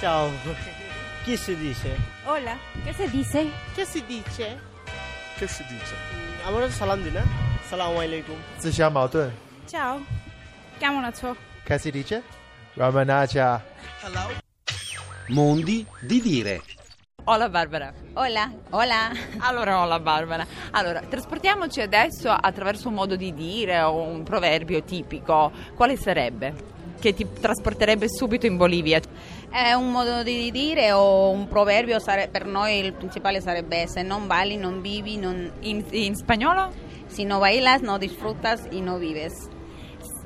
Ciao. Chi si dice? Hola, ¿qué se dice? Che si dice? Che si dice? আমরা সালাম দিই না সালাম আলাইকুম 自相矛盾。 Ciao. Chiamo una ciò. Che si dice? Ramanaja. Mondi di dire. Hola Barbara. Hola. Hola. Allora, hola Barbara. Allora, trasportiamoci adesso attraverso un modo di dire o un proverbio tipico. Quale sarebbe? Che ti trasporterebbe subito in Bolivia. È un modo di dire o un proverbio, sare- per noi il principale sarebbe se non balli non vivi, non- In, in spagnolo? se non bailas non disfrutas e non vives.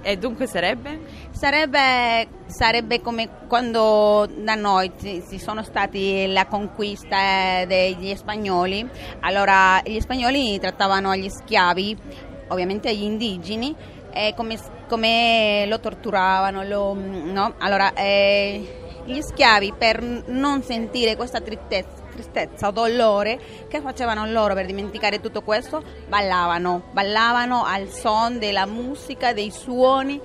E dunque sarebbe? Sarebbe, sarebbe come quando da noi ci, ci sono stati la conquista eh, degli spagnoli, allora gli spagnoli trattavano gli schiavi, ovviamente gli indigeni, eh, come, come lo torturavano, lo- no? Allora, eh, gli schiavi per non sentire questa tristezza tristezza, dolore che facevano loro per dimenticare tutto questo ballavano, ballavano al son della musica, dei suoni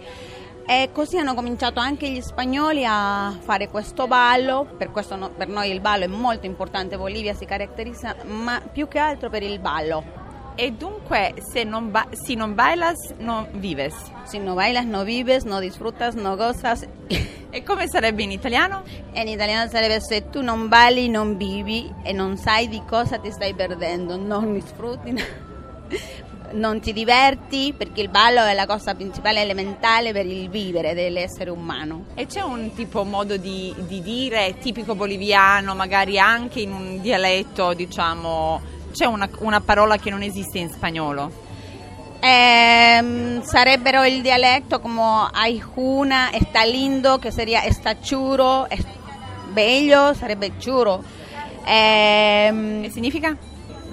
e così hanno cominciato anche gli spagnoli a fare questo ballo, per, questo no- per noi il ballo è molto importante, Bolivia si caratterizza ma più che altro per il ballo. E dunque, se non, ba- si non bailas, non vives. Se non bailas no vives, no disfrutas, no gozas. E come sarebbe in italiano? E in italiano sarebbe se tu non balli non vivi e non sai di cosa ti stai perdendo, non disfrutti, non ti diverti perché il ballo è la cosa principale elementare per il vivere dell'essere umano. E c'è un tipo modo di, di dire tipico boliviano, magari anche in un dialetto, diciamo, c'è una, una parola che non esiste in spagnolo. Ehm, sarebbero il dialetto come Aijuna, está lindo, che seria está churo, es- bello, sarebbe churo. Ehm, E significa?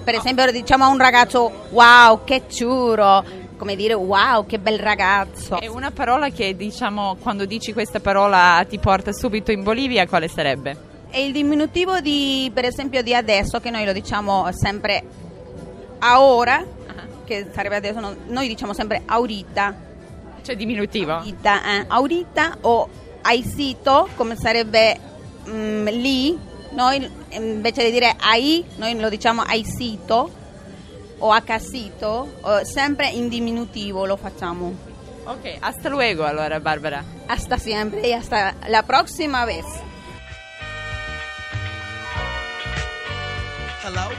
per esempio diciamo a un ragazzo wow che ciuro come dire wow che bel ragazzo È una parola che, diciamo, quando dici questa parola ti porta subito in Bolivia, quale sarebbe? e il diminutivo di per esempio di adesso che noi lo diciamo sempre a ora che sarebbe adesso no- noi diciamo sempre aurita Cioè diminutivo. aurita, eh, aurita o aisito come sarebbe mm, lì noi eh, invece di dire ai noi lo diciamo aisito o acasito o sempre in diminutivo lo facciamo Ok, hasta luego allora Barbara. Hasta siempre y hasta la próxima vez.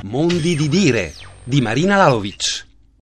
Mondi di dire di Marina Lalovic.